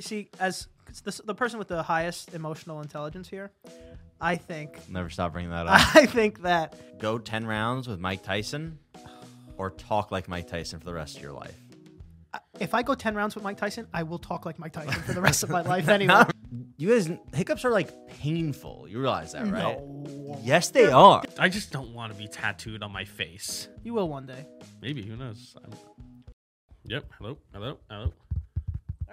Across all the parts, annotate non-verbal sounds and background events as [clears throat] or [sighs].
see as 'cause the, the person with the highest emotional intelligence here. I think [laughs] Never stop bringing that [laughs] up. I think that Go 10 rounds with Mike Tyson or talk like Mike Tyson for the rest of your life. if I go ten rounds with Mike Tyson, I will talk like Mike Tyson for the rest of my [laughs] life [laughs] anyway. Not- you guys, hiccups are like painful. You realize that, right? No. Yes, they are. I just don't want to be tattooed on my face. You will one day. Maybe who knows? I'm... Yep. Hello. Hello. Hello. All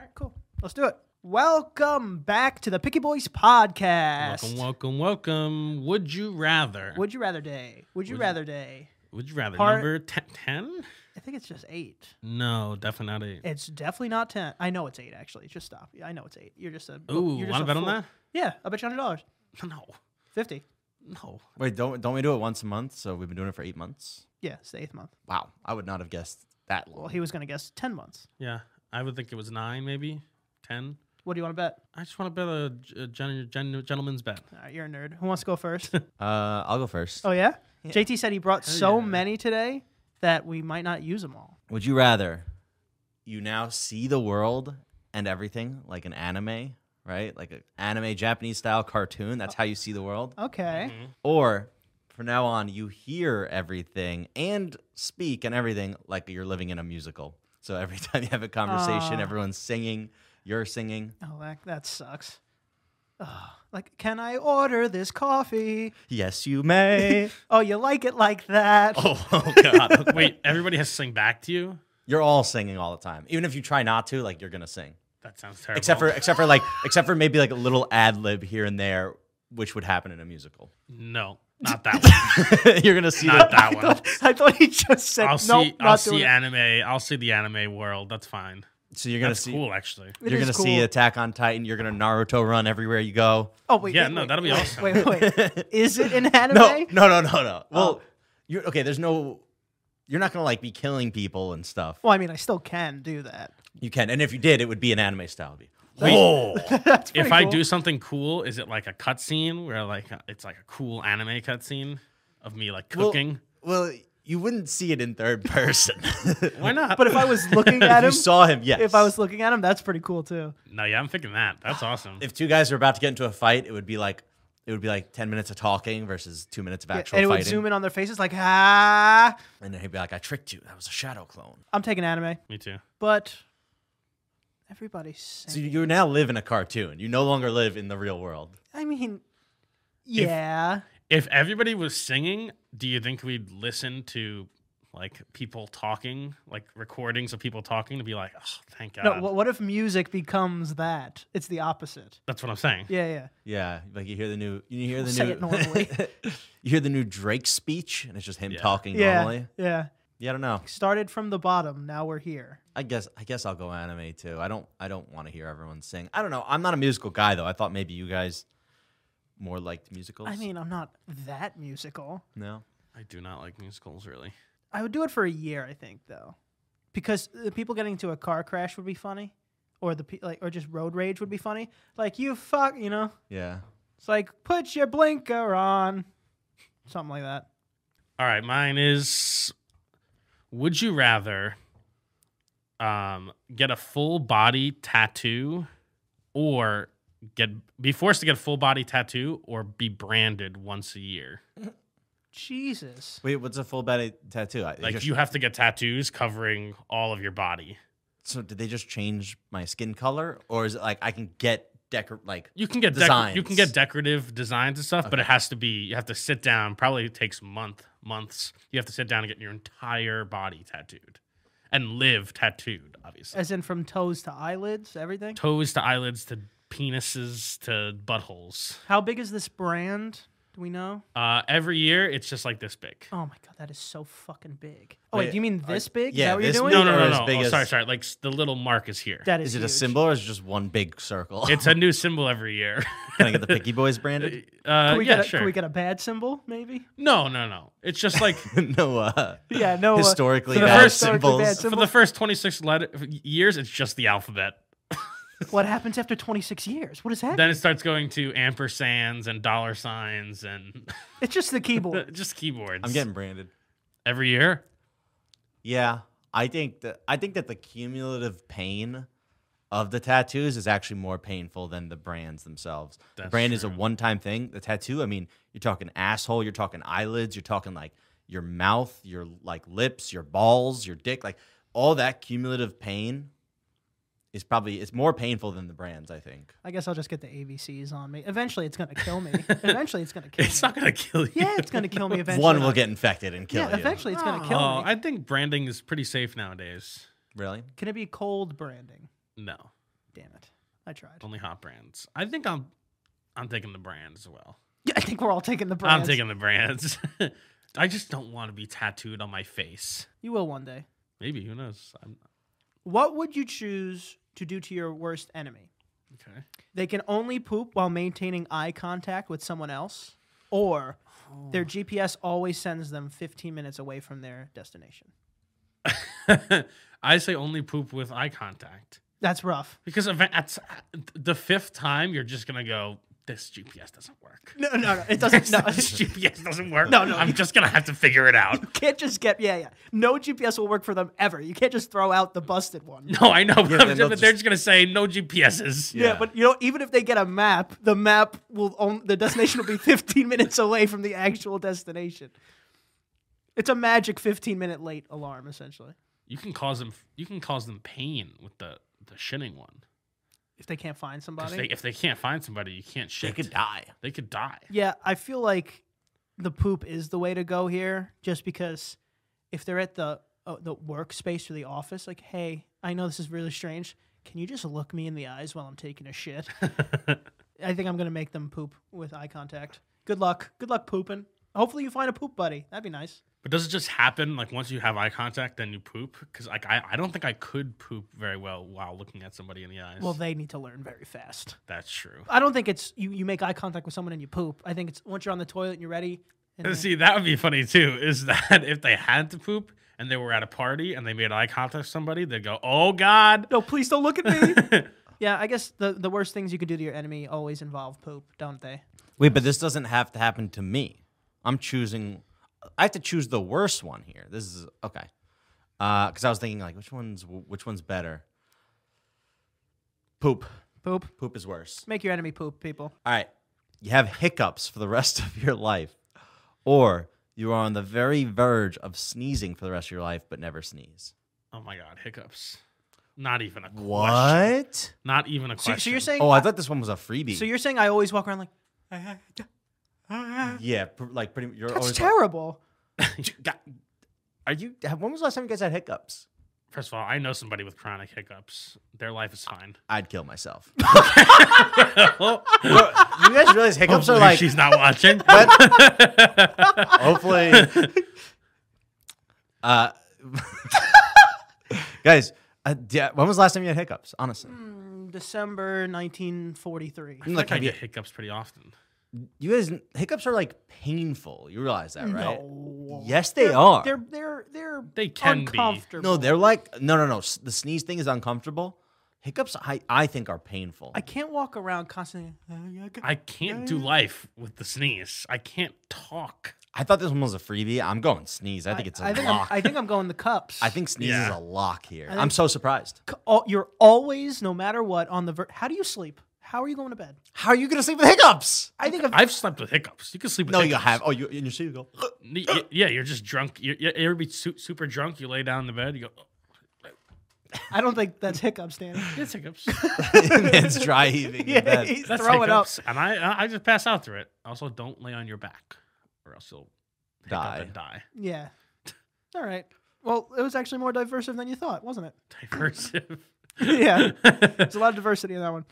right, cool. Let's do it. Welcome back to the Picky Boys podcast. Welcome. Welcome. Welcome. Would you rather? Would, Would you rather day? Would you Would you- rather day? you rather Part- number ten? ten? I think it's just eight. No, definitely not eight. It's definitely not ten. I know it's eight. Actually, just stop. Yeah, I know it's eight. You're just a. Ooh, you're want to a bet on fool. that? [laughs] Yeah, I bet you hundred dollars. No. Fifty. No. Wait, don't don't we do it once a month? So we've been doing it for eight months. Yeah, it's the eighth month. Wow, I would not have guessed that long. Well, he was gonna guess ten months. Yeah, I would think it was nine, maybe ten. What do you want to bet? I just want to bet a, g- a gen- gen- gentleman's bet. All right, Uh, you're a nerd. Who wants to go [laughs] first? Uh, I'll go first. oh yeah? JT said he brought Hell so yeah. many today that we might not use them all. Would you rather you now see the world and everything like an anime, right? Like an anime Japanese style cartoon. That's how you see the world. Okay. Mm-hmm. Or from now on, you hear everything and speak and everything like you're living in a musical. So every [laughs] time you have a conversation, Ah. everyone's singing, you're singing. Oh, that that sucks. Ugh. Like, can I order this coffee? Yes, [laughs] you may. Oh, you like it like that? [laughs] oh, oh, God. [laughs] Wait, everybody has to sing back to you. You're all singing all the time. Even if you try not to, like you're gonna sing. That sounds terrible. Except for except for like except for maybe like a little ad lib here and there, which would happen in a musical. [laughs] no, not that one. you're gonna see not that. that I one. thought, I thought he just said I'll no. see. Nope, I'll not see doing it. anime. I'll see the anime world. That's fine. So you're gonna That's see cool, actually. It you're is gonna cool. see Attack on Titan. You're gonna Naruto run everywhere you go. Oh wait, Yeah, wait, no, wait, that'll be wait, awesome. Wait, [laughs] wait, [laughs] is it an anime? No, no, no, no, no. Well, Oh. you're okay. There's no. You're not gonna like be killing people and stuff. Well, I mean, I still can do that. [laughs] You can, and if you did, it would be an anime style. It'd be, Wait. Whoa! That's If pretty I cool. do something cool, is it like a cutscene where like it's like a cool anime cutscene of me like Well, cooking? well, you wouldn't see it in third person. [laughs] Why not? but [laughs] if I was looking at if him, you saw him, yes. if I was looking at him, that's pretty cool too. no, yeah, I'm thinking that. [sighs] That's awesome. if two guys are about to get into a fight, it would be like it would be like ten minutes of talking versus two minutes of Yeah, actual and it would fighting. zoom in on their faces, like ah. And then he'd be like, "I tricked you. That was a shadow clone." I'm taking anime, me too. but everybody's. So Singing. you now live in a cartoon. You no longer live in the real world. I mean, yeah. If everybody was singing, do you think we'd listen to like people talking, like recordings of people talking, to be like, oh, thank uh, God? no, what, what if music becomes that? It's the opposite. That's what I'm saying. Yeah, yeah. Yeah, like you hear the new, you hear the Say new, it normally. [laughs] you hear the new Drake speech, and it's just him Yeah. talking Yeah, normally. yeah. Yeah, I don't know. Started from the bottom. Now we're here. I guess I guess I'll go anime too. I don't I don't want to hear everyone sing. I don't know. I'm not a musical guy though. I thought maybe you guys more liked musicals. I mean, I'm not that musical. no. I do not like musicals, really. I would do it for a year, I think, though, because the people getting into a car crash would be funny, or the pe- like, or just road rage would be funny. Like you fuck, you know. Yeah. It's like put your blinker on, something like that. All right, mine is would you rather um, get a full body tattoo or get be forced to get a full body tattoo or be branded once a year? Jesus. Wait, what's a full body tattoo? I, Like just- you have to get tattoos covering all of your body. So did they just change my skin color, or is it like I can get decor like You can get decor- you can Designs. get decorative designs and stuff, but it has to be you have to sit down. Probably takes month months. You have to sit down and get your entire body tattooed, and live tattooed. Obviously, As in from toes to eyelids, everything. toes to eyelids to penises to buttholes. How big is this brand? Do we know? Uh, every year, it's just like this big. Oh my god, that is so fucking big. Oh wait, Wait, do you mean are- this big? yeah, is that what you're doing? this big. No, no, Or no, as no. big Oh, as- sorry, sorry. Like s- the little mark is here. That is. Is it a huge. symbol or is it just one big circle? It's a new symbol every year. [laughs] [laughs] Can I get the Picky Boys branded? [laughs] Uh, Can we, yeah, get a, sure. can we get a bad symbol, maybe? [laughs] No, no, no. It's just like no, uh, Yeah, no. uh, historically for the bad first- historically symbols. bad for the first twenty six letter uh, years, it's just the alphabet. what happens after 26 years? What is that? Then it starts going to ampersands and dollar signs and [laughs] It's just the keyboard. just keyboards. I'm getting branded. every year. Yeah, I think that I think that the cumulative pain of the tattoos is actually more painful than the brands themselves. the That's brand is a true. one time thing. The tattoo, I mean, you're talking asshole, you're talking eyelids, you're talking like your mouth, your like lips, your balls, your dick, like all that cumulative pain is probably it's more painful than the brands, I think. I guess I'll just get the ABCs on me. Eventually, it's gonna kill me. eventually, it's gonna kill It's me. not gonna kill you. yeah, it's gonna kill me eventually. One will get infected and kill Yeah, you. eventually, it's [laughs] gonna kill Oh, me. I think branding is pretty safe nowadays. Really? Can it be cold branding? No, Damn it! I tried. only hot brands. I think I'm, I'm taking the brands as well. Yeah, I think we're all taking the brands. I'm taking the brands. [laughs] I just don't want to be tattooed on my face. You will one day. Maybe who knows? I'm, What would you choose to do to your worst enemy? okay. They can only poop while maintaining eye contact with someone else, or their GPS always sends them 15 minutes away from their destination. [laughs] I say only poop with eye contact That's rough. because if at the fifth time you're just gonna go. This GPS doesn't [laughs] work. [laughs] No, no, no. It doesn't. No, [laughs] this GPS doesn't work. No, no, I'm just gonna have to figure [laughs] it out. [laughs] can't just get. Yeah, yeah. No GPS will work for them ever. You can't just throw out the busted one. No, I know, but, Yeah, then I'm just- they'll but they're just- just gonna say no GPSs. Yeah, but you know, even if they get a map, the map will on, the destination will be 15 minutes away from the actual destination. It's a magic 15 minute late alarm, essentially. You can cause them. You can cause them pain with the the shitting one. If they can't find 'Cause somebody, They, if they can't find somebody, you can't They shit. could die. They could die. Yeah, I feel like the poop is the way to go here, just because if they're at the uh, the workspace or the office, like, hey, I know this is really strange. Can you just look me in the eyes while I'm taking a [laughs] shit? I think I'm gonna make them poop with eye contact. Good luck. Good luck pooping. Hopefully you find a poop buddy. That'd be nice. But does it just happen like once you have eye contact, then you poop? Because like I, I don't think I could poop very well while looking at somebody in the eyes. Well, they need to learn very fast. that's true. I don't think it's you. You make eye contact with someone and you poop. I think it's once you're on the toilet and you're ready. [laughs] And then- See, that would be funny too. Is [laughs] that if they had to poop and they were at a party and they made eye contact with somebody, they'd go, "Oh God." no, please don't look at [laughs] me. yeah, I guess the the worst things you can do to your enemy always involve poop, don't they? Wait, but this doesn't have to happen to me. I'm choosing. I have to choose the worst one here. This is okay. Because I was thinking like, which one's which one's better? Poop. Poop. Poop is worse. Make your enemy poop, people. All right. You have hiccups for the rest of your life, or you are on the very verge of sneezing for the rest of your life, but never sneeze. Oh my God, hiccups. Not even a question. What? Not even a So, question. so you're saying? Oh, I thought this one was a freebie. so you're saying I always walk around like yeah, pr- like pretty. You're that's always. terrible. Like, are you? When was the last time you guys had hiccups? First of all, I know somebody with chronic hiccups. Their life is fine. I'd kill [laughs] myself. oh, Bro, you guys realize hiccups are hopefully like [laughs] she's not watching. hopefully uh [laughs] guys uh, d- when was the last time you had hiccups honestly Hmm, December 1943. I'm like like, I have you, get hiccups pretty often. you guys hiccups are like painful you realize that right No. yes they They're- are They're they're they're They can be. uncomfortable. no they're like no no no S- the sneeze thing is uncomfortable hiccups i, I think are painful I can't walk around constantly. "Uh, I can't Mm. do life with the sneeze. I can't talk. i thought this one was a freebie i'm going sneeze i think it's a I think I'm, lock I think I'm going the cups. i think sneeze is Yeah. a lock here i'm so surprised C- al- you're always, no matter what, on the. Ver- How do you sleep? How are you going to bed? how are you gonna sleep with hiccups I think of I've slept with hiccups. You can sleep with no hiccups. you have oh you in your sleep you [laughs] go N- y- Yeah, you're just drunk. You're, you're, you're be su- super drunk. You lay down in the bed. You go, oh, I don't think that's hiccups, [laughs] Dan. it's hiccups. it's dry heaving in yeah, bed. he's That's throwing up. hiccups. And I- I, I just pass out through it. Also, don't lay on your back or else you'll hiccup Die. and die. [laughs] Yeah. All right. Well, it was actually more diverse than you thought, wasn't it? [laughs] Diversive. yeah. There's a lot of diversity in that one.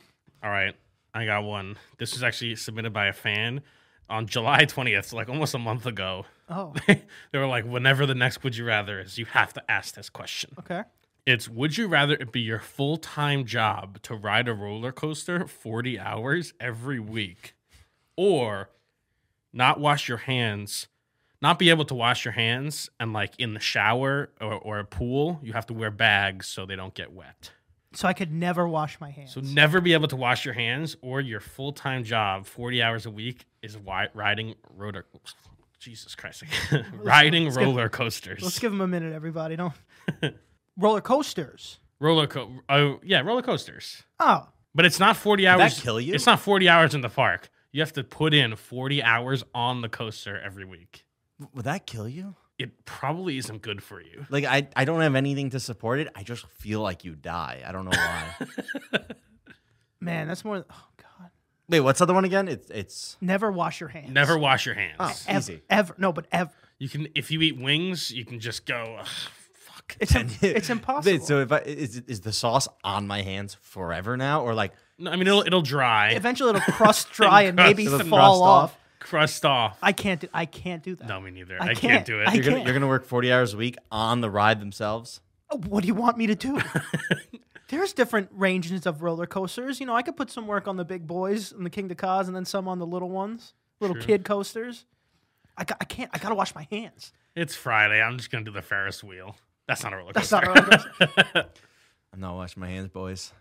All right, I got one. This was actually submitted by a fan on July 20th, so like almost a month ago. [laughs] Oh, they were like, whenever the next Would You Rather is, you have to ask this question. okay. It's Would you rather it be your full time job to ride a roller coaster 40 hours every week or not wash your hands? Not be able to wash your hands and like in the shower or, or a pool, you have to wear bags so they don't get wet. So I could never wash my hands. So never be able to wash your hands or your full time job, forty hours a week, is wi- riding roller. Jesus Christ, [laughs] riding roller coasters, Let's give him a minute, everybody. Don't. Roller coasters. roller co- oh yeah, roller coasters. Oh, But it's not 40 that hours. kill you? It's not 40 hours in the park. You have to put in 40 hours on the coaster every week. Would that kill you? It probably isn't good for you. Like I, I don't have anything to support it. I just feel like you die. I don't know [laughs] why. man, that's more. Oh God, Wait, what's the other one again? It's it's never wash your hands. Never wash your hands. Oh. ever, Easy. ever. No, but ever. You can if you eat wings, you can just go "Ugh, fuck. It's im- [laughs] it's impossible. So if I is is the sauce on my hands forever now, or like No, I mean it'll it'll dry. Eventually, it'll crust dry and maybe It'll crust fall off. off. crust off. I can't do. I can't do that. no, me neither. I I, can't, can't. do it. I you're gonna can't. you're gonna work forty hours a week on the ride themselves? What do you want me to [laughs] do? There's different ranges of roller coasters. You know, I could put some work on the big boys and the King of Cos, and then some on the little ones, little True. kid coasters. I, ca- I can't. I gotta wash my hands. [laughs] It's Friday. I'm just gonna do the Ferris wheel. That's not a roller That's coaster. not a roller coaster. [laughs] I'm not washing my hands, boys.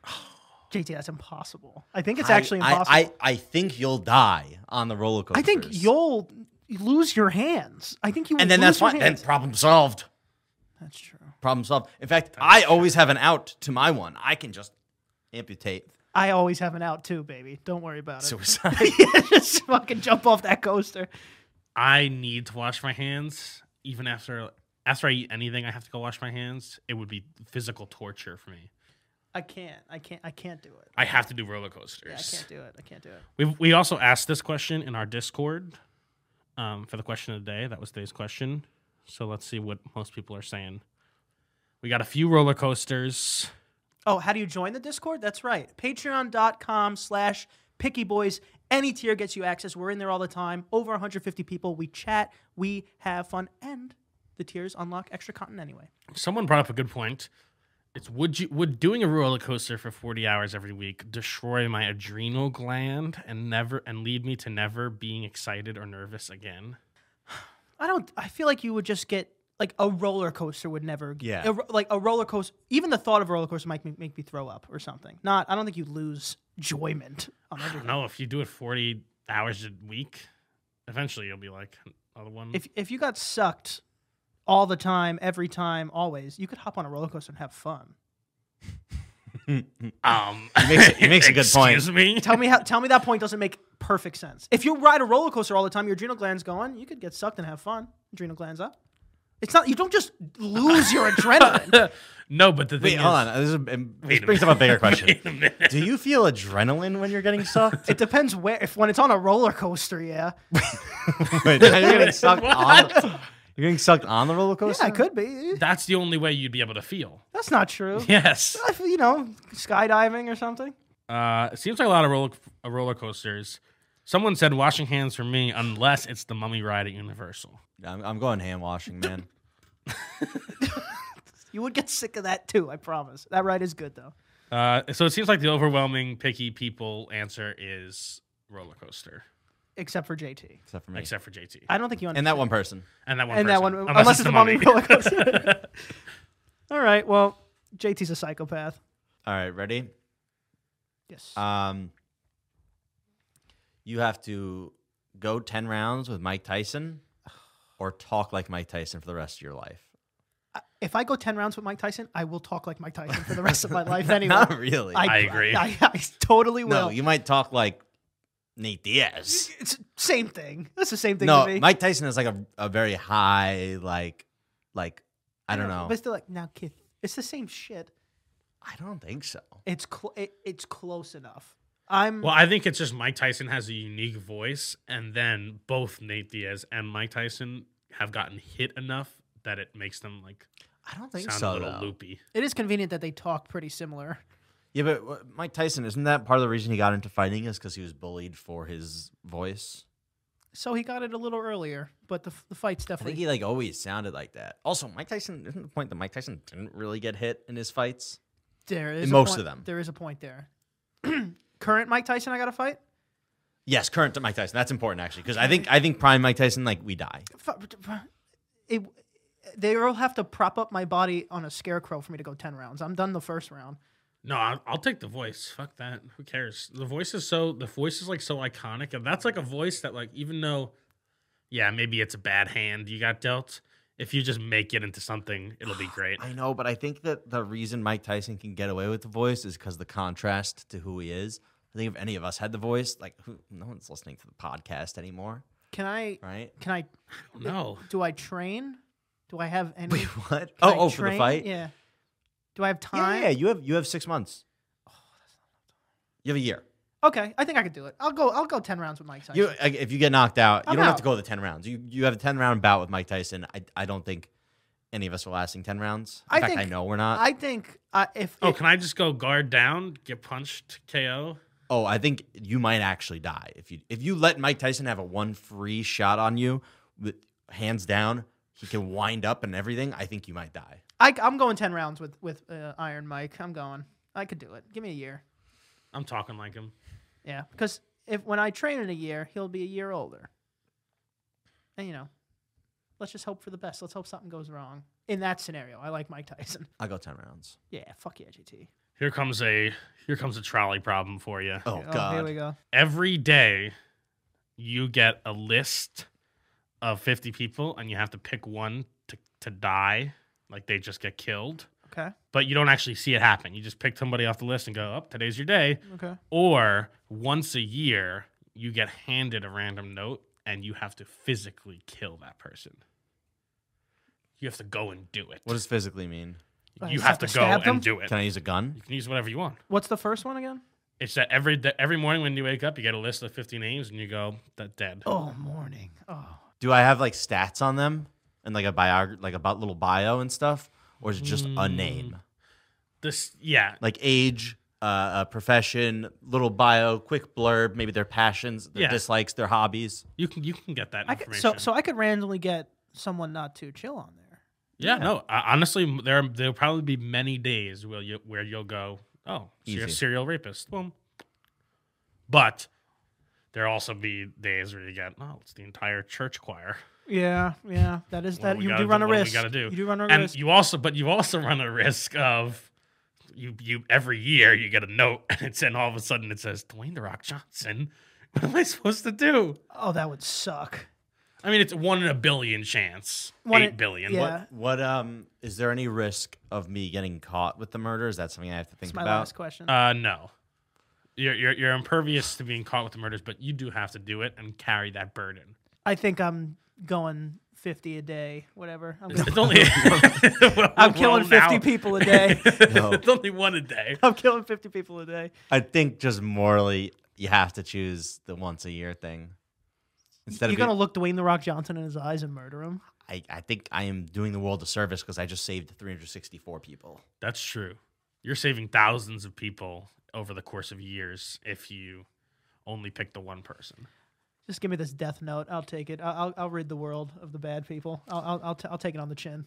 JT, that's impossible. I think it's I- actually impossible. I, I, I, I think you'll die on the roller coaster. think you'll lose your hands. I think you. and then lose that's your fine. Then hands. problem solved. that's true. Problem solved. In fact, I always have an out to my one. I can just amputate I always have an out too, baby. Don't worry about it. suicide. yeah, [laughs] just fucking jump off that coaster. [laughs] I need to wash my hands even after after I eat anything. I have to go wash my hands. It would be physical torture for me. I can't. I can't. I can't do it. I have to do roller Yeah, I coasters. can't do it. I can't do it. we we also asked this question in our Discord um, for the question of the day. That was today's question. So let's see what most people are saying. We got a few roller coasters. Oh, how do you join the Discord? That's right. Patreon.com slash Picky Boys. Any tier gets you access. We're in there all the time. Over 150 people. We chat. We have fun. And the tiers unlock extra content anyway. Someone brought up a good point. It's would you would doing a roller coaster for 40 hours every week destroy my adrenal gland and never and lead me to never being excited or nervous again? I don't. I feel like you would just get like a roller coaster would never. Yeah. a ro- like a roller coaster. Even the thought of a roller coaster might make, make me throw up or something. Not. I don't think you lose joyment on I everything. don't know if you do it 40 hours a week, eventually you'll be like another one. If if you got sucked all the time, every time, always, you could hop on a roller coaster and have fun. um, makes a- he makes a good point. [laughs] Excuse me. Tell me how. Tell me that point doesn't make perfect sense. If you ride a roller coaster all the time, your adrenal glands going. You could get sucked and have fun. Adrenal glands up. It's not. You don't just lose your [laughs] adrenaline. [laughs] no, but the [laughs] thing Wait, is, hold on. This, is, um, this a brings up a bigger question. Wait a minute. Do you feel adrenaline when you're getting [laughs] sucked? It depends where. If when it's on a roller coaster, yeah, Wait, you're getting sucked on. the- You're getting sucked on the roller yeah, coaster. it could be. That's the only way you'd be able to feel. [laughs] That's not true. Yes. If, you know, skydiving or something. Uh, it seems like a lot of roller, uh, roller coasters. Someone said washing hands for me, unless it's the mummy ride at Universal. I'm, I'm going hand washing, man. You would get sick of that too. I promise. That ride is good though. Uh, so it seems like the overwhelming picky people answer is roller coaster, Except for JT. Except for me. except for JT I don't think you understand. and that one person. and that one. and that person. one, unless, it's the mummy roller coaster. All right. Well, JT's a psychopath. All right, ready? Yes. Um, you have to go 10 rounds with Mike Tyson or talk like Mike Tyson for the rest of your life. if I go 10 rounds with Mike Tyson, I will talk like Mike Tyson for the rest of [laughs] my life anyway. Not really. I agree. I, I totally will. no, you might talk like Nate Diaz. it's same thing. That's the same thing No, to me. Mike Tyson is like a, a very high, like, like, I don't know. But still, like, now, kid, it's the same shit. I don't think so. It's cl- it, it's close enough. I'm [laughs] Well, I think it's just Mike Tyson has a unique voice, and then both Nate Diaz and Mike Tyson have gotten hit enough that it makes them like I don't think sound so. a little though. loopy. it is convenient that they talk pretty similar. Yeah, but uh, Mike Tyson, isn't that part of the reason he got into fighting is because he was bullied for his voice? So he got it a little earlier, but the, f- the fight's I think definitely. he like always sounded like that. Also, Mike Tyson isn't the point that Mike Tyson didn't really get hit in his fights. there is a most point- of them. There is a point there. [clears throat] Current Mike Tyson, I got to fight? Yes, current Mike Tyson. That's important actually because I think I think prime Mike Tyson like we die. Fu- It, they will have to prop up my body on a scarecrow for me to go 10 rounds. I'm done the first round. No, I'll, I'll take the voice. Fuck that. Who cares? The voice is so the voice is like so iconic, and that's like a voice that like even though, yeah, maybe it's a bad hand you got dealt. if you just make it into something, it'll be great. I know, but I think that the reason Mike Tyson can get away with the voice is because the contrast to who he is. I think if any of us had the voice, like who, no one's listening to the podcast anymore, Can I? right? Can I? No. Do I train? Do I have any? [laughs] Wait, can what? I oh, oh, for the train? fight? Yeah. Do I have yeah, time? Oh, yeah, You have you have six months. You have a year. Okay, I think I could do it. I'll go. I'll go ten rounds with Mike Tyson. You uh, like, if you get knocked out, I'm you don't have out. to go the ten rounds. You you have a ten round bout with Mike Tyson. I I don't think any of us are lasting ten rounds. In I fact, I think- know we're not. I think uh, if Oh, if- can I just go guard down, get punched, KO? Oh, I think you might actually die if you if you let Mike Tyson have a one free shot on you, with, hands down. He can wind up and everything. I think you might die. I, I'm going ten rounds with with uh, Iron Mike. I'm going. I could do it. Give me a year. I'm talking like him. Yeah, because if when I train in a year, he'll be a year older. And you know, let's just hope for the best. Let's hope something goes wrong in that scenario. I like Mike Tyson. [laughs] I'll go ten rounds. Yeah, fuck yeah, GT. Here comes a here comes a trolley problem for you. Oh here we God, go. Every day you get a list of 50 people and you have to pick one to, to die, like they just get killed, Okay, but you don't actually see it happen. You just pick somebody off the list and go, "Up, today's your day." okay. Or once a year, you get handed a random note and you have to physically kill that person. You have to go and do it. what does physically mean? Like, you have to go stab and them? do it. Can I use a gun? You can use whatever you want. What's the first one again? It's that every day, every morning when you wake up, you get a list of 50 names and you go, that dead. Oh, morning. Oh, Do I have like stats on them and like a bio, like about little bio and stuff, or is it just a Mm. name, This, yeah. like age, uh, uh, profession, little bio, quick blurb, maybe their passions, their Yeah. dislikes, their hobbies? You can you can get that I could, information. so so I could randomly get someone not too chill on there. yeah, no. Uh, honestly, there are- there'll probably be many days where you where you'll go, oh, so you're a Easy. serial rapist. Boom. But there'll also be days where you get, oh, it's the entire church choir, Yeah, yeah, that is What that. we You gotta do do- run a what we risk. gotta do. You do run a and risk. you also, but you also [laughs] run a risk of. You, you every year you get a note [laughs] and it's and all of a sudden it says Dwayne the Rock Johnson. [laughs] What am I supposed to do? oh, that would suck. I mean, it's one in a billion chance. One Eight in- billion. yeah. What what um is there any risk of me getting caught with the murder? Is that something I have to think That's my about? last question. What? Uh, no. You're, you're, you're impervious to being caught with the murders, but you do have to do it and carry that burden. I think I'm going 50 a day, whatever. I'm, It's going, only. [laughs] I'm killing 50 people a day. No. it's only one a day. [laughs] I'm killing 50 people a day. I think just morally you have to choose the once a year thing. Instead You're of going to look Dwayne The Rock Johnson in his eyes and murder him? I, I think I am doing the world a service because I just saved 364 people. That's true. You're saving thousands of people over the course of years if you only pick the one person. Just give me this death note. I'll take it. I'll, I'll, I'll rid the world of the bad people. I'll, I'll, I'll, t- I'll take it on the chin.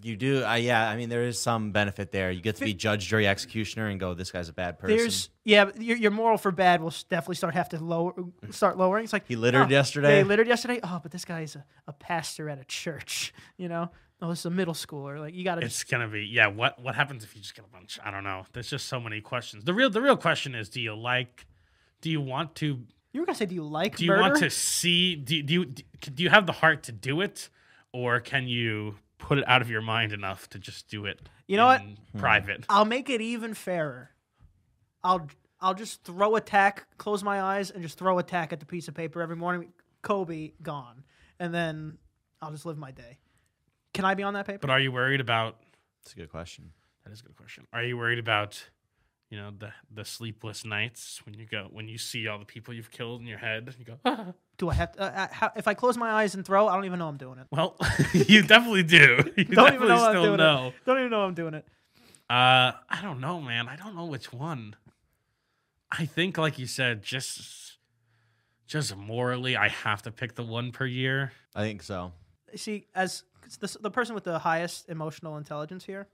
You do, uh, yeah. I mean, there is some benefit there. You get to be judge, jury, executioner, and go, "This guy's a bad person." There's, yeah, but your, your moral for bad will s- definitely start have to lower, start lowering. It's like He littered oh, yesterday. They littered yesterday. Oh, but this guy is a, a pastor at a church. [laughs] You know, oh, this is a middle schooler. Like you got to It's gonna be yeah. What what happens if you just get a bunch? I don't know. There's just so many questions. The real the real question is: Do you like? Do you want to You were gonna say, do you like? do you murder? want to see do, do you do you have the heart to do it or can you put it out of your mind enough to just do it You know what? in private I'll make it even fairer. I'll I'll just throw a tack, close my eyes, and just throw a tack at the piece of paper every morning. Kobe gone, and then I'll just live my day. Can I be on that paper? but are you worried about That's a good question. that is a good question are you worried about you know the the sleepless nights when you go when you see all the people you've killed in your head and you go "Ah." Do I have to? Uh, uh, how, if I close my eyes and throw, I don't even know I'm doing it. well [laughs] you definitely do [laughs] you Don't even definitely know I'm still doing know it. Don't even know I'm doing it. Uh, I don't know, man. I don't know which one. I think, like you said, just just morally, I have to pick the one per year. I think so. See, as 'cause the, the person with the highest emotional intelligence here,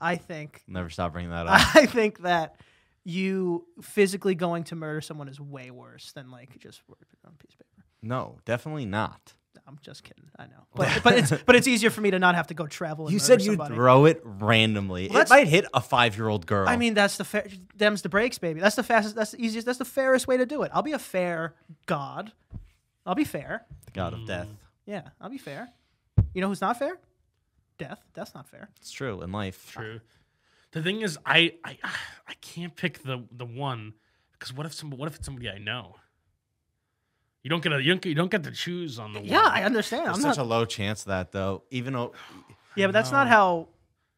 I think [laughs] Never stop bringing that up. I think that you physically going to murder someone is way worse than like just working on a piece of paper. no, definitely not. I'm just kidding. I know, but [laughs] but it's but it's easier for me to not have to go travel. And You murder said you somebody. throw it randomly. Well, it that's- might hit a five-year-old girl. I mean, that's the fair, them's the breaks, baby. That's the fastest. That's the easiest. That's the fairest way to do it. I'll be a fair god. I'll be fair. the god of death. Yeah, I'll be fair. You know who's not fair? Death. That's not fair. It's true in life. True. The thing is, I I [sighs] I can't pick the the one because what if some what if it's somebody I know? You don't get a you don't, get- you don't get to choose on the Yeah, one. I understand. There's I'm such not. a low chance of that though. Even though yeah, but that's not No. how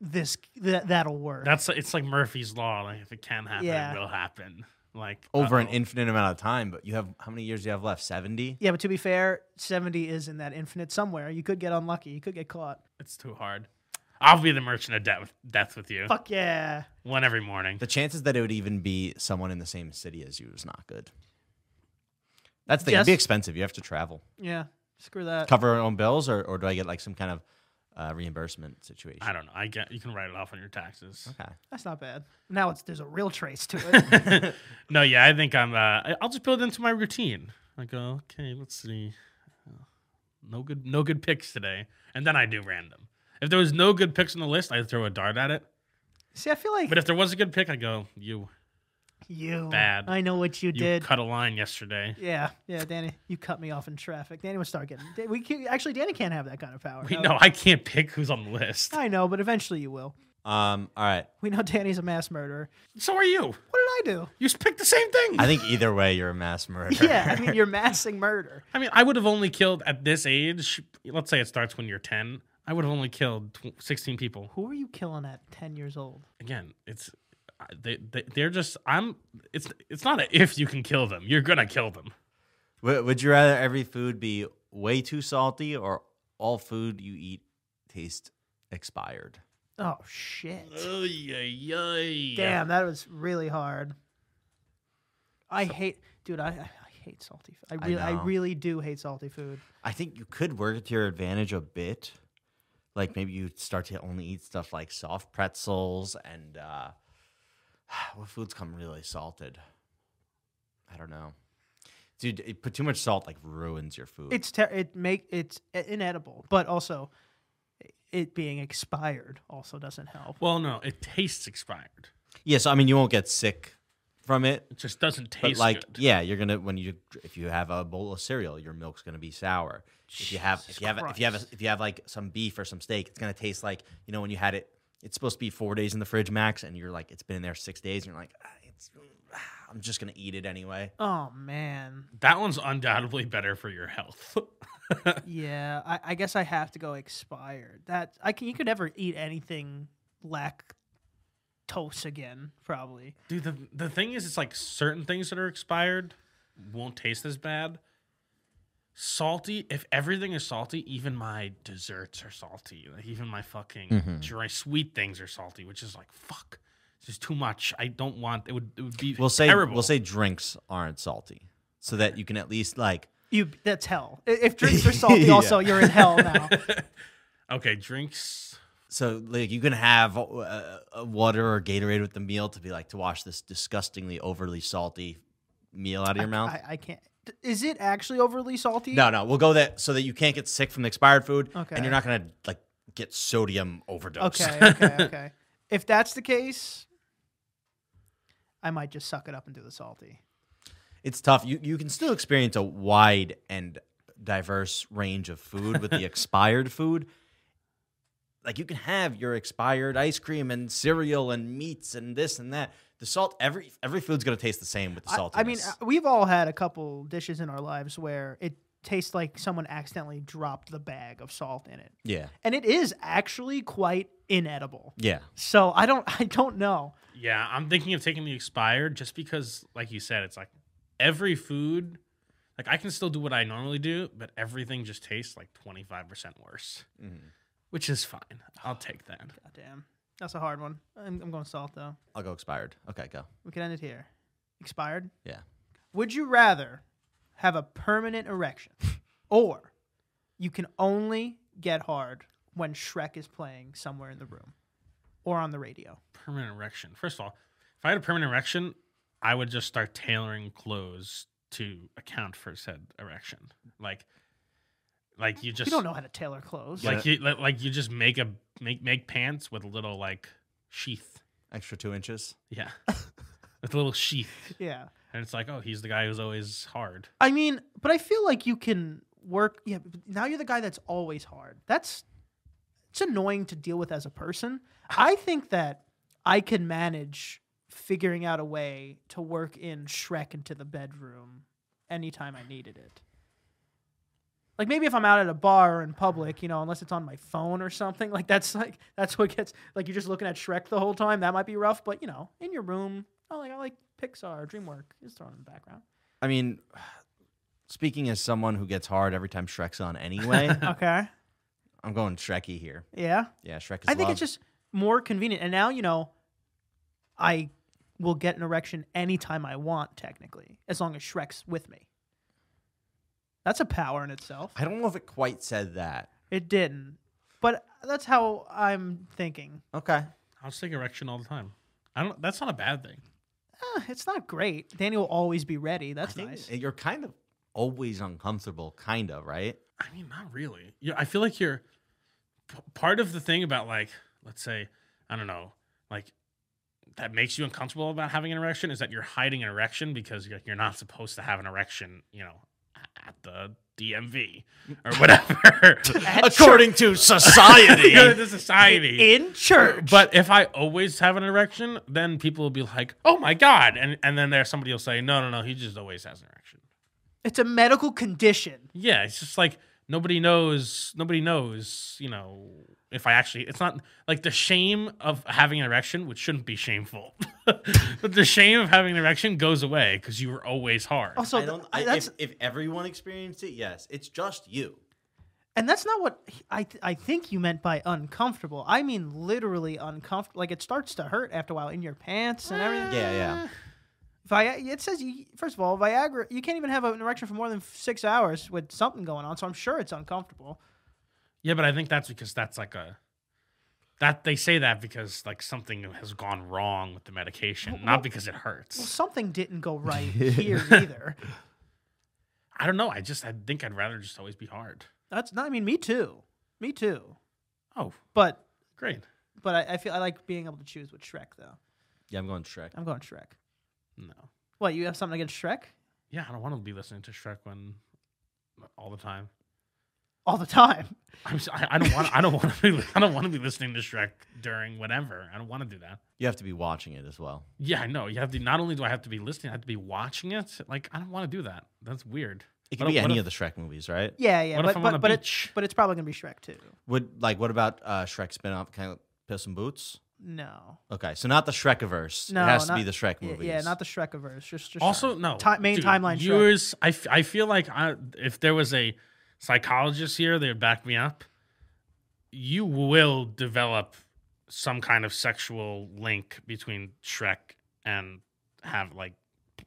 this that that'll work. That's it's like Murphy's law. Like if it can happen, Yeah. it will happen. Like over an uh-oh. infinite amount of time, but you have how many years do you have left? Seventy. yeah, but to be fair, 70 is in that infinite somewhere. You could get unlucky. You could get caught. it's too hard. I'll be the merchant of death, death with you. Fuck yeah. One every morning. The chances that it would even be someone in the same city as you is not good. That's the thing. It'd be Yes. expensive. You have to travel. Yeah. Screw that. Cover our own bills, or, or do I get like some kind of uh, reimbursement situation? I don't know. I get you can write it off on your taxes. Okay. That's not bad. Now it's there's a real trace to it. [laughs] no, yeah, I think I'm. Uh, I- I'll just build it into my routine. I go, okay, let's see. No good, no good picks today, and then I do random. If there was no good picks on the list, I'd throw a dart at it. See, I feel like But if there was a good pick, I go, you, you Bad. I know what you, you did. cut a line [laughs] yesterday. yeah, yeah, Danny, you cut me off in traffic. Danny would start getting. Da- We can, actually, Danny can't have that kind of power. We No. know I can't pick who's on the list. I know, but eventually you will. Um. All right. We know Danny's a mass murderer. So are you. What did I do? You picked the same thing. I think either way, you're a mass murderer. [laughs] Yeah, I mean, you're massing murder. I mean, I would have only killed at this age. Let's say it starts when you're ten. I would have only killed tw- sixteen people. Who are you killing at 10 years old? again, it's I- they, they they're just I'm it's it's not a if you can kill them, you're gonna kill them. [laughs] Would, would you rather every food be way too salty, or all food you eat taste expired? Oh, shit. yeah, yeah. Damn, that was really hard. I hate, dude, I, I hate salty food. I, I really, I, know. really do hate salty food. I think you could work it to your advantage a bit. Like maybe you start to only eat stuff like soft pretzels and uh, [sighs] what foods come really salted. I don't know, dude. It, put too much salt like ruins your food. It's, ter- it make, it's i- inedible, but also it being expired also doesn't help. Well, no, it tastes expired. yeah, so I mean, you won't get sick from it, It just but doesn't taste like good. yeah, you're gonna when you if you have a bowl of cereal, your milk's gonna be sour. If you have if Jesus you have if you have a, Christ. if you have like some beef or some steak, it's gonna taste like you know when you had it. It's supposed to be four days in the fridge max, and you're like it's been in there six days, and you're like, "Ah, it's, ah, I'm just gonna eat it anyway. Oh, man. That one's undoubtedly better for your health. [laughs] Yeah, I, I guess I have to go expired. That I can you could never eat anything lactose again, probably. Dude, the the thing is, it's like certain things that are expired won't taste as bad. Salty. If everything is salty, even my desserts are salty. Like even my fucking Mm-hmm. dry sweet things are salty, which is like fuck. This is too much. I don't want. It would. It would be. We'll say terrible. we'll say drinks aren't salty, so that you can at least like You that's hell. I- If drinks are [laughs] salty, also you're in hell now. Okay, drinks. so like you can have uh, uh, water or Gatorade with the meal to be like to wash this disgustingly overly salty meal out of your mouth. I, I can't. d- Is it actually overly salty? No, no, we'll go that so that you can't get sick from the expired food, Okay. and you're not gonna like get sodium overdose. [laughs] Okay, okay, okay. if that's the case, I might just suck it up and do the salty. it's tough. You you can still experience a wide and diverse range of food [laughs] with the expired food. Like you can have your expired ice cream and cereal and meats and this and that. The salt every every food's gonna taste the same with the I, salt. I mean, uh, we've all had a couple dishes in our lives where it tastes like someone accidentally dropped the bag of salt in it. yeah, and it is actually quite inedible. yeah. So I don't [laughs] I don't know. Yeah, I'm thinking of taking the expired just because, like you said, it's like every food. Like I can still do what I normally do, but everything just tastes like 25 percent worse, Mm-hmm. which is fine. Oh, I'll take that. God damn, that's a hard one. I'm, I'm going salt though. I'll go expired. Okay, go. We can end it here. Expired. Yeah. Would you rather have a permanent erection, or you can only get hard when Shrek is playing somewhere in the room, or on the radio? Permanent erection. First of all, if I had a permanent erection, I would just start tailoring clothes to account for said erection. Like, like you just You don't know how to tailor clothes. Like you like- like you just make a make make pants with a little like sheath. Extra two inches. [laughs] Yeah. With a little sheath. yeah. And it's like, oh, he's the guy who's always hard. I mean, but I feel like you can work. Yeah, but now you're the guy that's always hard. That's it's annoying to deal with as a person. I think that I can manage figuring out a way to work in Shrek into the bedroom anytime I needed it. Like maybe if I'm out at a bar or in public, you know, unless it's on my phone or something, [laughs] like that's like that's what gets like you're just looking at Shrek the whole time. That might be rough, but you know, in your room, I like I like Pixar, DreamWorks is thrown in the background. I mean, [sighs] speaking as someone who gets hard every time Shrek's [laughs] on anyway, Okay. I'm going Shreky here. Yeah. Yeah, Shrek is I think love. it's just more convenient. And now, you know, I will get an erection anytime I want, technically, as long as Shrek's with me. That's a power in itself. I don't know if it quite said that. It didn't. But that's how I'm thinking. Okay. I'll just take erection all the time. I don't. That's not a bad thing. Eh, it's not great. Danny will always be ready. I That's think nice. You're kind of always uncomfortable, kind of, right? I mean, not really. You, I feel like you're p- part of the thing about like, let's say, I don't know, like that makes you uncomfortable about having an erection is that you're hiding an erection because you're, you're not supposed to have an erection, you know, a- at the DMV or whatever. [laughs] [laughs] According [laughs] to society. According to society. In church. But if I always have an erection, then people will be like, "Oh my god!" and and then there's somebody will say, "No, no, no, he just always has an erection." it's a medical condition. Yeah, it's just like nobody knows. Nobody knows. You know, if I actually, it's not like the shame of having an erection, which shouldn't be shameful, [laughs] but the shame of having an erection goes away because you were always hard. Also, I don't. th- I, that's if, if everyone experienced it, yes, it's just you. And that's not what he- I th- I think you meant by uncomfortable. I mean literally uncomfortable. Like it starts to hurt after a while in your pants and everything. Eh. Yeah, yeah. Vi- it says you, first of all, Viagra. You can't even have an erection for more than six hours with something going on. So I'm sure it's uncomfortable. Yeah, but I think that's because that's like a that they say that because like something has gone wrong with the medication, not because it hurts. Well, something didn't go [laughs] right here either. I don't know. I just I think I'd rather just always be hard. That's not. I mean, me too. Me too. Oh, But great. but I, I feel I like being able to choose with Shrek though. Yeah, I'm going Shrek. I'm going Shrek. No. What you have something against Shrek Yeah, I don't want to be listening to Shrek when all the time. [laughs] all the time? [laughs] I'm s- I, I don't want I don't want to be [laughs] I don't want to be listening to Shrek during whatever. I don't want to do that. You have to be watching it as well. Yeah, I know. You have to not only do I have to be listening, I have to be watching it. Like I don't want to do that. That's weird. It could What be if- what any of if- the Shrek movies, right? Yeah, yeah. What but if I'm but on a but, beach? It, but it's probably gonna be Shrek too. Would like what about uh, Shrek spin-off kind of Piss and Boots? No. Okay, so not the Shrekiverse. No, it has to not- be the Shrek Yeah, movies. Yeah, not the Shrekiverse. Just, just Also, no. Ti- main timeline Shrek. Yours. I, f- I feel like I, if there was a psychologist here, they would back me up. You will develop some kind of sexual link between Shrek and have like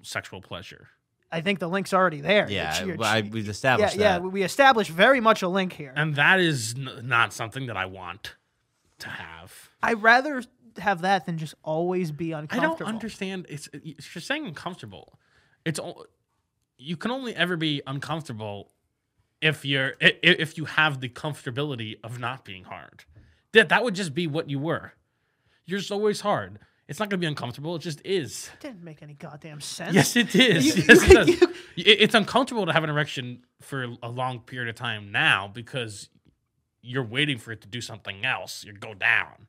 sexual pleasure. I think the link's already there. Yeah, It's- you're- I, we've established yeah, yeah. that. We established very much a link here. And that is n- not something that I want to have. I'd rather have that than just always be I don't uncomfortable. understand. It's if you're saying uncomfortable. It's all you can only ever be uncomfortable if you're i- i- if you have the comfortability of not being hard. That that would just be what you were. You're just always hard. It's not going to be uncomfortable. It just is. Didn't make any goddamn sense. Yes, it is. You- yes, it you- does. you- I- it's uncomfortable to have an erection for a long period of time now because you're waiting for it to do something else. You go down.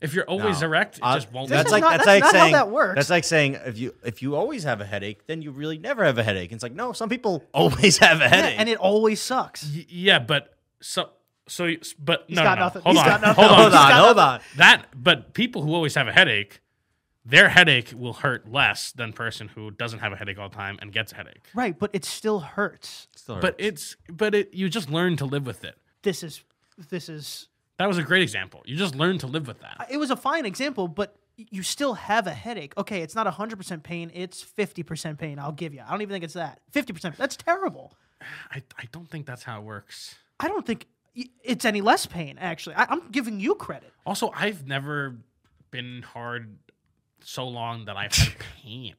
If you're always No. erect, it Uh, just won't. This that's is work. like not- that's, that's like not how saying that works. That's like saying if you if you always have a headache, then you really never have a headache. It's like no, some people [laughs] always have a Yeah, headache. and it always sucks. Y- Yeah, but so so you- s- but no, got no, no. nothing. Hold He's on, got nothing. hold on. [laughs] hold He's on, got hold on. That but people who always have a headache, their headache will hurt less than person who doesn't have a headache all the time and gets a headache. Right, but it still hurts. Still But hurts. it's but it you just learn to live with it. This is this is That was a great example. You just learn to live with that. it was a fine example, but you still have a headache. Okay, it's not 100% pain, it's 50% pain. I'll give you. I don't even think it's that. 50%. That's terrible. I, I don't think that's how it works. I don't think y- it's any less pain actually. I, I'm giving you credit. Also, I've never been hard so long that [laughs] I've had pain.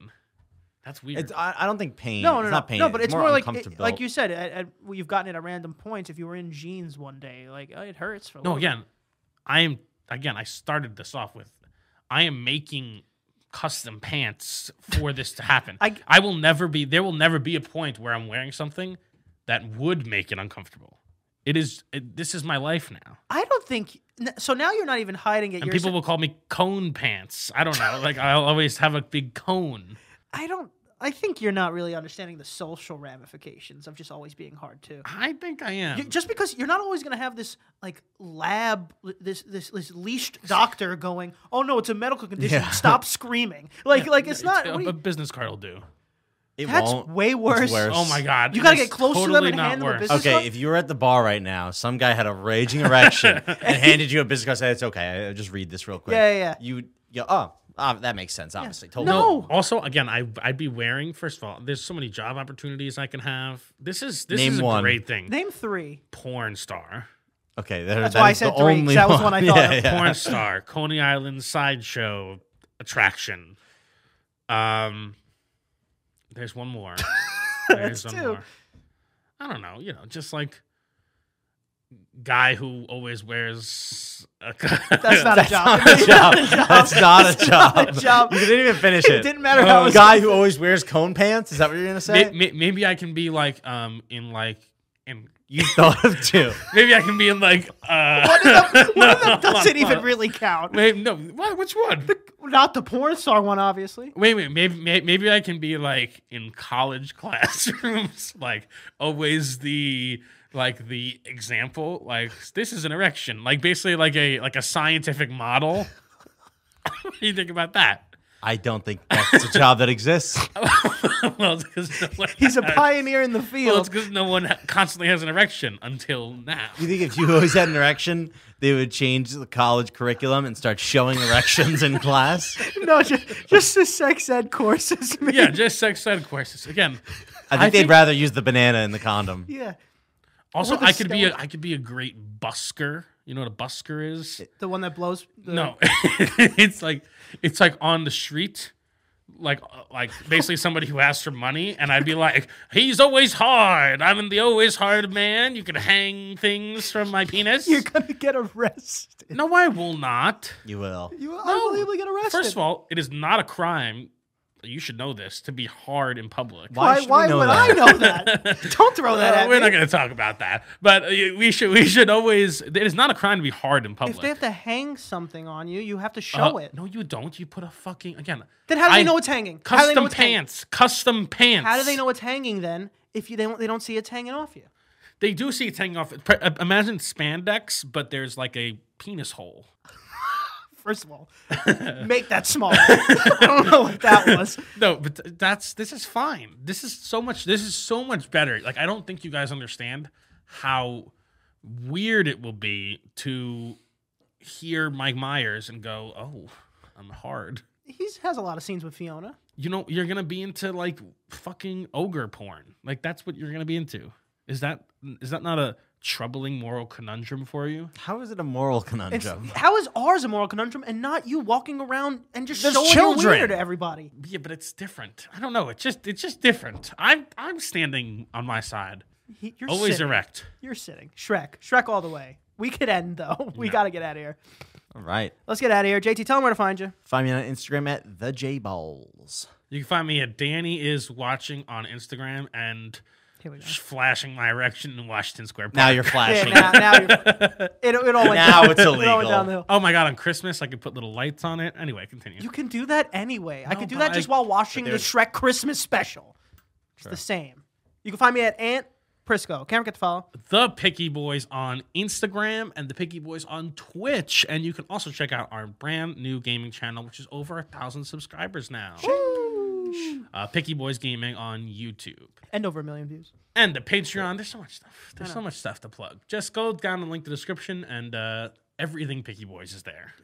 That's weird. It's, I, I don't think pain. No, no, it's no, not pain. no. But it's, more, like it, uncomfortable. like you said, at, at, well, you've gotten it at random points. If you were in jeans one day, like oh, it hurts for a No, little again, I am again. I started this off with, I am making custom pants for this to happen. [laughs] I- I will never be. There will never be a point where I'm wearing something that would make it uncomfortable. It is. It, this is my life now. I don't think n- so. Now you're not even hiding it. And You're people sa- will call me cone pants. I don't know. Like I'll always have a big cone. I don't. I think you're not really understanding the social ramifications of just always being hard too. I think I You- am. just because you're not always going to have this like lab, this this this leashed doctor going, oh no, it's a medical condition. Yeah. Stop screaming. Like like it's not. A, what do a you, business card will do. It that's won't. way worse. worse. Oh my god! You gotta it's get close to them totally and not hand them a worse. business- Okay, card? if you were at the bar right now, some guy had a raging [laughs] erection and handed you a business card. Said it's okay. I'll just read this real quick. Yeah, yeah, yeah. You, yeah. Oh, ah, that makes sense. Obviously, totally. No. Also, again, I I'd be wearing. First of all, there's so many job opportunities I can have. This is this Name is a one. great [laughs] thing. Name three. porn star, Okay, that, That's that why I is said the three, 'cause only that was one I thought [laughs] Yeah, of. yeah. porn star, Coney Island sideshow attraction. Um, there's [laughs] one more. There's That's one two. more. I don't know. You know, just like guy who always wears. A, [laughs] That's not a [laughs] That's job. not a job. That's not a job. not a job. You didn't even finish It it. Um, didn't matter how it was- guy who always wears cone pants. Is that what you're gonna May- say? may- maybe I can be like um in like in you thought of two. maybe I can be in like uh [laughs] One of them, one of them No, doesn't no, even no. really count. wait no what which one Not the porn star one, obviously. wait wait maybe may- maybe I can be like in college [laughs] classrooms like always the like the example like this is an erection like basically like a like a scientific model what do you think about that [laughs] I don't think that's a job [laughs] that exists. well, it's 'cause no one [laughs] He's a has- pioneer in the well, it's field. because no one constantly has an erection until now. You think if you always had an erection, they would change the college curriculum and start showing erections in class? no, just, just the sex ed courses. man. [laughs] Yeah, just sex ed courses. Again, I think I they'd think- rather use the banana in the condom. yeah. Also, Or the I could be a, stout. I could be a great busker. You know what a busker is? The one that blows. The, no, [laughs] it's like it's like on the street, like uh, like basically somebody who asks for money, and I'd be like, he's always hard. I'm the always hard man. You can hang things from my penis. You're gonna get arrested. no, I will not. You will. You will unbelievably get arrested. First of all, it is not a crime. You should know this to be hard in public. why, should we why know would that? I [laughs] know that? Don't throw that Uh, at we're me. not going to talk about that, but uh, we should we should always. It is not a crime to be hard in public. If they have to hang something on you, you have to Uh, show it. No, you don't. You put a fucking again. Then how do they I- know it's hanging? How do they Custom know it's hanging? pants. Custom pants. How do they know it's hanging then? If you they don't, they don't see it's hanging off you. They do see it hanging off. Pre- uh, Imagine spandex, but there's like a penis hole. First of [laughs] all, make that smaller. [laughs] I don't know what that was. No, but th- that's this is fine. This is so much. This is so much better. Like I don't think you guys understand how weird it will be to hear Mike Myers and go, "Oh, I'm hard." He has a lot of scenes with Fiona. You know, you're gonna be into like fucking ogre porn. Like that's what you're gonna be into. Is that is that not a troubling moral conundrum for you? How is it a moral It's, conundrum? how is ours a moral conundrum and not you walking around and just There's showing your children. wiener to everybody? Yeah, but it's different. I don't know. It's just it's just different. I'm I'm standing on my side. He, you're Always sitting. erect. You're sitting. Shrek. Shrek all the way. We could end though. [laughs] We got to get out of here. All right. Let's get out of here. JT, tell them where to find you. Find me on Instagram at the J Balls. You can find me at Danny is watching on Instagram and Here we go. flashing my erection in Washington Square. Park. [laughs] Now you're Yeah, flashing. now, now you're- it, it all went Now down- [laughs] it's it all went illegal. down the hill. Oh my god! On Christmas, I could put little lights on it. Anyway, continue. You can do that anyway. I No, could do but that I- just while watching the there's- Shrek Christmas special. It's the same. You can find me at Aunt Prisco. Cameron, get the follow. the Picky Boys on Instagram and the Picky Boys on Twitch, and you can also check out our brand new gaming channel, which is over a thousand subscribers now. Uh, Picky Boys Gaming on YouTube. And over a million views. and the Patreon. There's so much stuff. There's so much stuff to plug. Just go down the link in the description, and uh, everything Picky Boys is there.